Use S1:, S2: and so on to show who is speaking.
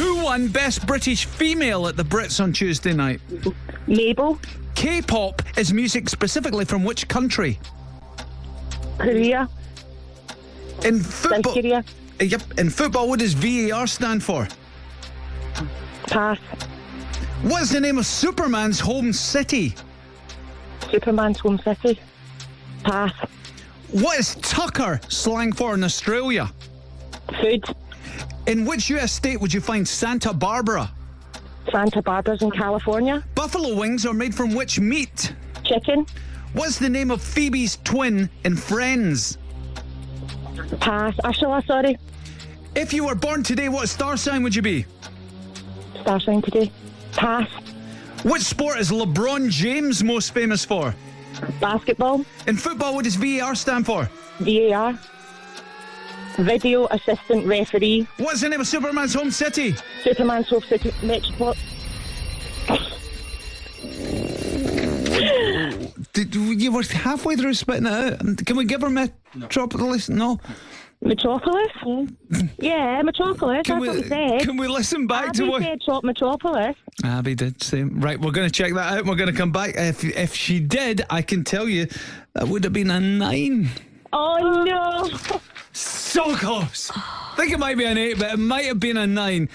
S1: won Best British Female at the Brits on Tuesday night?
S2: Mabel,
S1: K pop is music specifically from which country?
S2: Korea,
S1: In football. Uh,
S2: Nigeria,
S1: Yep. In football, what does VAR stand for?
S2: pass,
S1: What's the name of Superman's home city?
S2: Superman's home city, pass,
S1: What is Tucker slang for in Australia?
S2: food,
S1: In which US state would you find Santa Barbara?
S2: Santa Barbara's in California,
S1: Buffalo wings are made from which meat?
S2: chicken,
S1: What's the name of Phoebe's twin in Friends?
S2: pass, Ashla, sorry,
S1: If you were born today, what star sign would you be?
S2: star sign today, pass,
S1: Which sport is LeBron James most famous for?
S2: basketball,
S1: In football, what does VAR stand for?
S2: VAR, video assistant referee,
S1: What's the name of Superman's home city?
S2: Superman's home city, Metropol,
S1: Did, you were halfway through spitting it out. Can we give her Metropolis? No.
S2: Metropolis? Yeah, Metropolis,
S1: Can
S2: that's what we
S1: we,
S2: said.
S1: can we listen back
S2: Abby
S1: to what
S2: said Shop Metropolis.
S1: Abby did say? Right, we're going to check that out. We're going to come back. If if she did, I can tell you that would have been a nine.
S2: Oh no!
S1: So close. I think it might be an eight, but it might have been a nine.